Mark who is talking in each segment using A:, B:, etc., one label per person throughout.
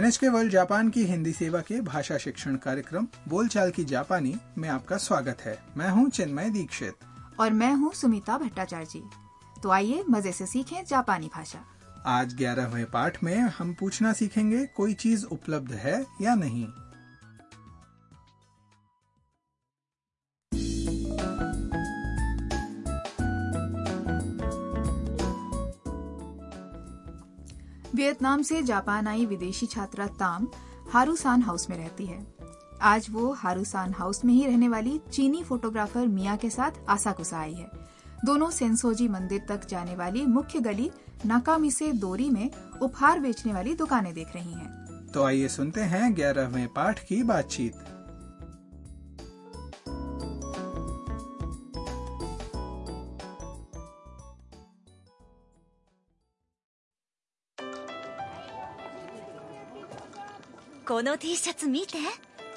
A: NHK world Japan की हिंदी सेवा के भाषा शिक्षण कार्यक्रम बोलचाल की जापानी में आपका स्वागत है मैं हूं चिन्मय दीक्षित
B: और मैं हूँ सुमिता भट्टाचार्य जी तो आइए मजे से सीखें जापानी भाषा
A: आज ग्यारहवें पाठ में हम पूछना सीखेंगे कोई चीज उपलब्ध है या नहीं
B: वियतनाम से जापान आई विदेशी छात्रा ताम हारूसान हाउस में रहती है आज वो हारूसान हाउस में ही रहने वाली चीनी फोटोग्राफर मिया के साथ आसाकुसा आई है दोनों सेंसोजी मंदिर तक जाने वाली मुख्य गली नाकामी से दोरी में उपहार बेचने वाली दुकानें देख रही हैं।
A: तो आइए सुनते हैं ग्यारहवें पाठ की बातचीत
C: この T シャツ見て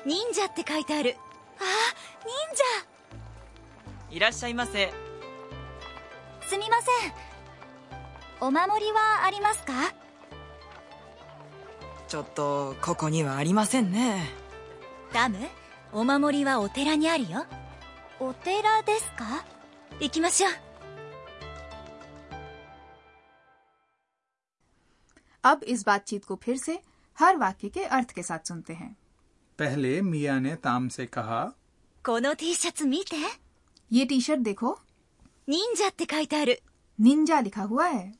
C: 忍者って書いてあるあー忍
D: いらっしゃいませ
C: 者すみませんお守りはありますか
D: ちょっとここにはありませんね
C: ダムお守りはお寺にあるよお寺ですか行きましょう
B: अब इस बातचीत को फिर से हर वाक्य के अर्थ के साथ सुनते हैं
A: पहले मिया ने ताम से कहा
C: この T シャツ見て
B: ये टी शर्ट देखो
C: 忍者って書いてある
B: निंजा लिखा हुआ है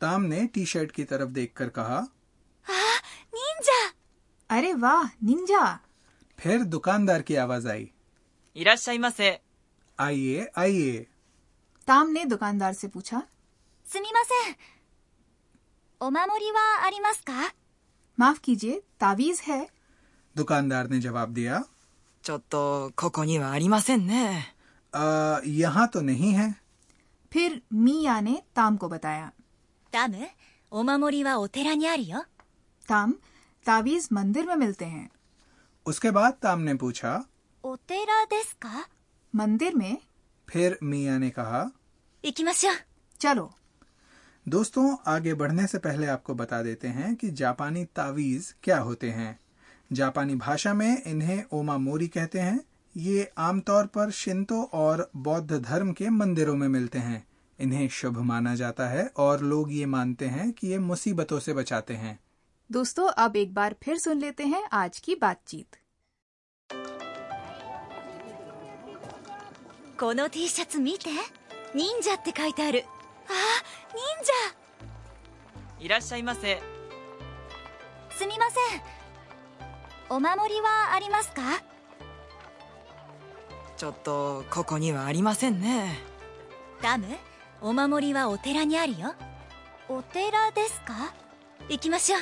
A: ताम ने टी शर्ट की तरफ देखकर कहा
C: 忍者
B: अरे वाह निंजा
A: फिर दुकानदार की आवाज आई
D: いらっしゃいませ
A: आइए आइए
B: ताम ने दुकानदार से पूछा
C: すみませんお守りはありますか
B: माफ कीजिए तावीज है
A: दुकानदार ने जवाब दिया
D: ちょっとここにはありませんね
A: "आ, यहाँ तो नहीं है
B: फिर मिया ने ताम को बताया
C: ダムお守りはお寺にあるよ
B: ताम तावीज मंदिर में मिलते हैं
A: उसके बाद ताम ने पूछा
C: お寺ですか
B: मंदिर में
A: फिर मिया ने कहा
C: 行きましょう
B: चलो
A: दोस्तों आगे बढ़ने से पहले आपको बता देते हैं कि जापानी तावीज क्या होते हैं जापानी भाषा में इन्हें ओमा मोरी कहते हैं ये आमतौर पर शिंतो और बौद्ध धर्म के मंदिरों में मिलते हैं इन्हें शुभ माना जाता है और लोग ये मानते हैं कि ये मुसीबतों से बचाते हैं
B: दोस्तों अब एक बार फिर सुन लेते हैं आज की बातचीत
C: この T シャツ見て忍者って書いてあるあー忍者
D: いらっしゃいませ
C: すみませんお守りはありますか
D: ちょっとここにはありませんね
C: ダムお守りはお寺にあるよお寺ですか行きましょう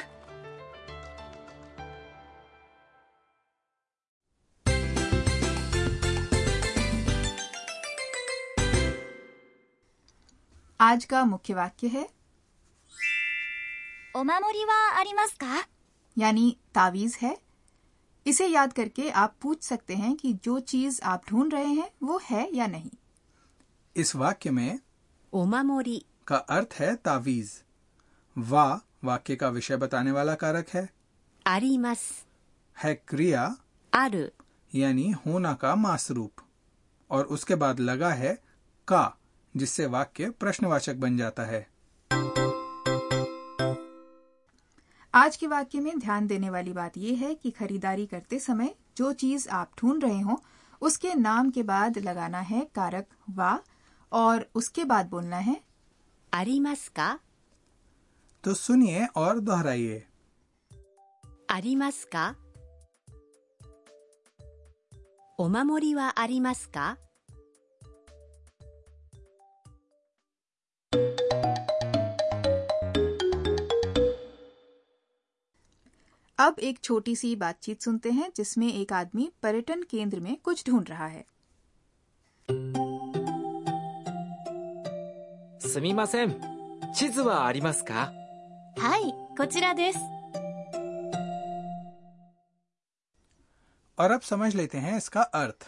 B: आज का मुख्य वाक्य है
C: お守りはありますか
B: यानी तावीज है इसे याद करके आप पूछ सकते हैं कि जो चीज आप ढूंढ रहे हैं वो है या नहीं
A: इस वाक्य में
C: お守り
A: का अर्थ है तावीज वा वाक्य का विषय बताने वाला कारक है
C: あります
A: है क्रिया
C: ある
A: यानी होना का मासरूप और उसके बाद लगा है का जिससे वाक्य प्रश्नवाचक बन जाता है
B: आज के वाक्य में ध्यान देने वाली बात यह है कि खरीदारी करते समय जो चीज आप ढूंढ रहे हो उसके नाम के बाद लगाना है कारक वा और उसके बाद बोलना है
C: ありますか
A: तो सुनिए और दोहराइए
C: ありますかお守りはありますか
B: अब एक छोटी सी बातचीत सुनते हैं जिसमें एक आदमी पर्यटन केंद्र में कुछ ढूंढ रहा है
E: すみません地図はありますか
C: はいこちらです
A: और अब समझ लेते हैं इसका अर्थ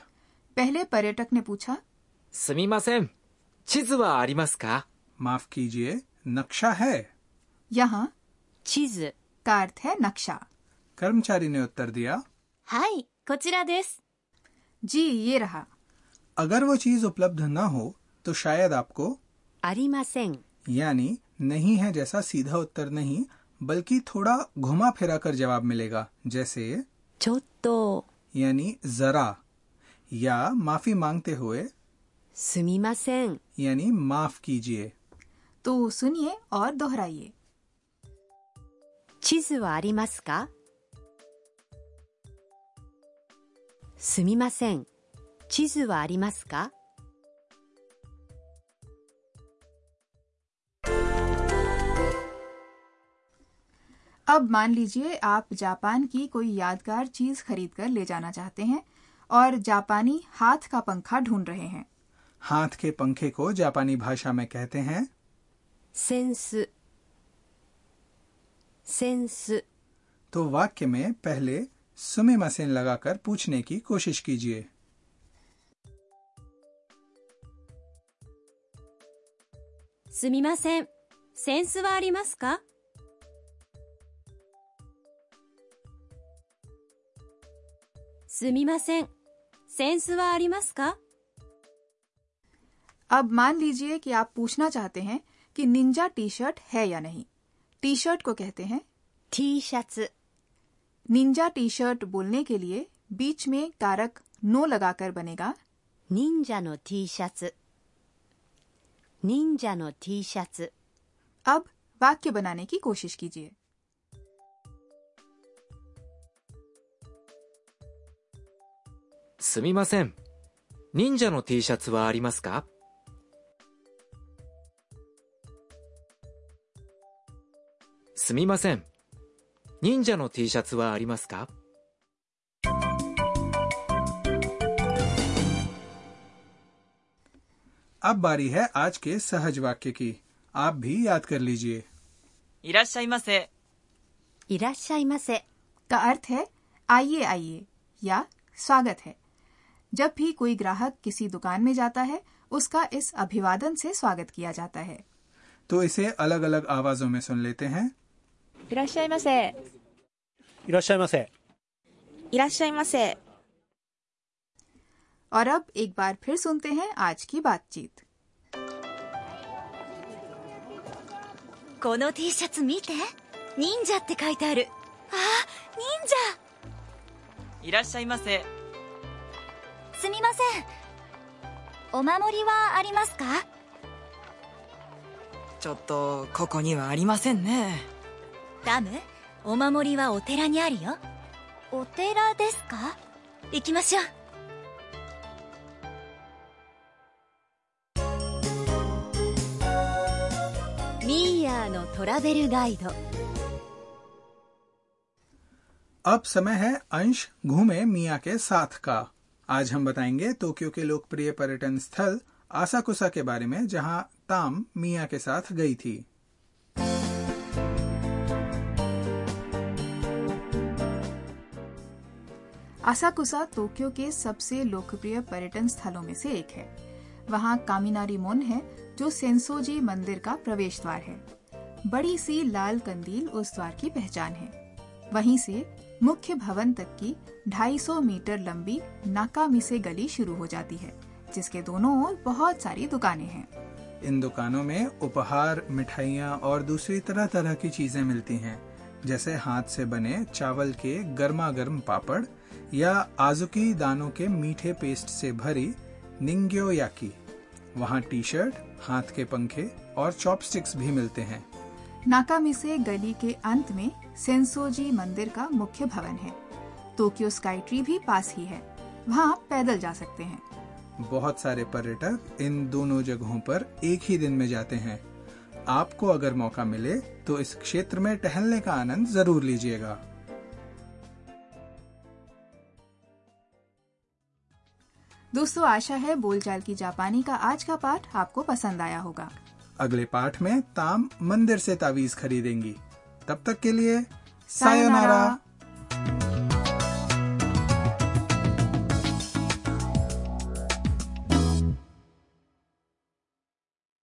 B: पहले पर्यटक ने पूछा
E: すみません地図はありますか
A: माफ कीजिए नक्शा है
B: यहाँ
C: 地図
B: का अर्थ है नक्शा
A: कर्मचारी ने उत्तर दिया
C: はい、こちらです。
B: जी ये रहा
A: अगर वो चीज उपलब्ध न हो तो शायद आपको
C: ありません。
A: यानी नहीं है जैसा सीधा उत्तर नहीं बल्कि थोड़ा घुमा फिरा कर जवाब मिलेगा जैसे
C: ちょっと、
A: यानी जरा या माफी मांगते हुए
C: すみません。
A: यानी माफ कीजिए
B: तो सुनिए और दोहराइए
C: 地図はありますかすみません。地図はありますか
B: अब मान लीजिए आप जापान की कोई यादगार चीज खरीद कर ले जाना चाहते हैं और जापानी हाथ का पंखा ढूंढ रहे हैं
A: हाथ के पंखे को जापानी भाषा में कहते हैं
C: センス。センス。
A: तो वाक्य में पहले सुमे मसेन लगाकर पूछने की कोशिश कीजिए
C: すみません。センスはありますかすみません。センスはありますか
B: अब मान लीजिए कि आप पूछना चाहते हैं कि निंजा टी शर्ट है या नहीं टी शर्ट को कहते हैं
C: ?T シャツ。
B: निंजा टी शर्ट बोलने के लिए बीच में कारक नो लगाकर बनेगा
C: 忍者の T シャツ。忍者の T シャツ。
B: अब वाक्य बनाने की कोशिश कीजिए
E: すみません。忍者の T シャツはありますかすみません。忍者の T シャツはありますか
A: अब बारी है आज के सहज वाक्य की आप भी याद कर लीजिए
D: いらっしゃいませ。
C: いらっしゃいませ。
B: का अर्थ है आइए आइए या स्वागत है जब भी कोई ग्राहक किसी दुकान में जाता है उसका इस अभिवादन से स्वागत किया जाता है
A: तो इसे अलग अलग आवाजों में सुन लेते हैं
F: いらっしゃいませ。
G: いらっしゃいませ。
F: いらっしゃいませ。
B: और अब एक बार फिर सुनते हैं आज की बातचीत
C: この T シャツ見て。忍者って書いてある。ああ、忍者
D: いらっしゃいませ。
C: すみません。お守りはありますか
D: ちょっと、ここにはありませんね。
C: ダム、お守りはお寺にあるよ。お寺ですか行きましょう。ミーヤーのトラベルガイド。
A: अब समय है अंश घूमे मिया के साथ का आज हम बताएंगे टोक्यो के लोकप्रिय पर्यटन स्थल आसाकुसा के बारे में जहां ताम मिया के साथ गई थी
B: आसाकुसा टोक्यो के सबसे लोकप्रिय पर्यटन स्थलों में से एक है वहाँ कामिनारी मोन है जो सेंसोजी मंदिर का प्रवेश द्वार है बड़ी सी लाल कंदील उस द्वार की पहचान है वहीं से मुख्य भवन तक की 250 मीटर लंबी नाकामी से गली शुरू हो जाती है जिसके दोनों ओर बहुत सारी दुकानें हैं
A: इन दुकानों में उपहार मिठाइयाँ और दूसरी तरह तरह की चीजें मिलती हैं जैसे हाथ से बने चावल के गर्मा गर्म पापड़ या आजुकी दानों के मीठे पेस्ट से भरी निंग्यो याकी वहाँ टी शर्ट हाथ के पंखे और चॉपस्टिक्स भी मिलते हैं
B: नाकामी से गली के अंत में सेंसोजी मंदिर का मुख्य भवन है टोक्यो स्काई ट्री भी पास ही है वहाँ आप पैदल जा सकते हैं
A: बहुत सारे पर्यटक इन दोनों जगहों पर एक ही दिन में जाते हैं आपको अगर मौका मिले तो इस क्षेत्र में टहलने का आनंद जरूर लीजिएगा
B: दोस्तों आशा है बोलचाल की जापानी का आज का पाठ आपको पसंद आया होगा
A: अगले पाठ में ताम मंदिर से तावीज खरीदेंगी तब तक के लिए
B: सायोनारा।
A: सायोनारा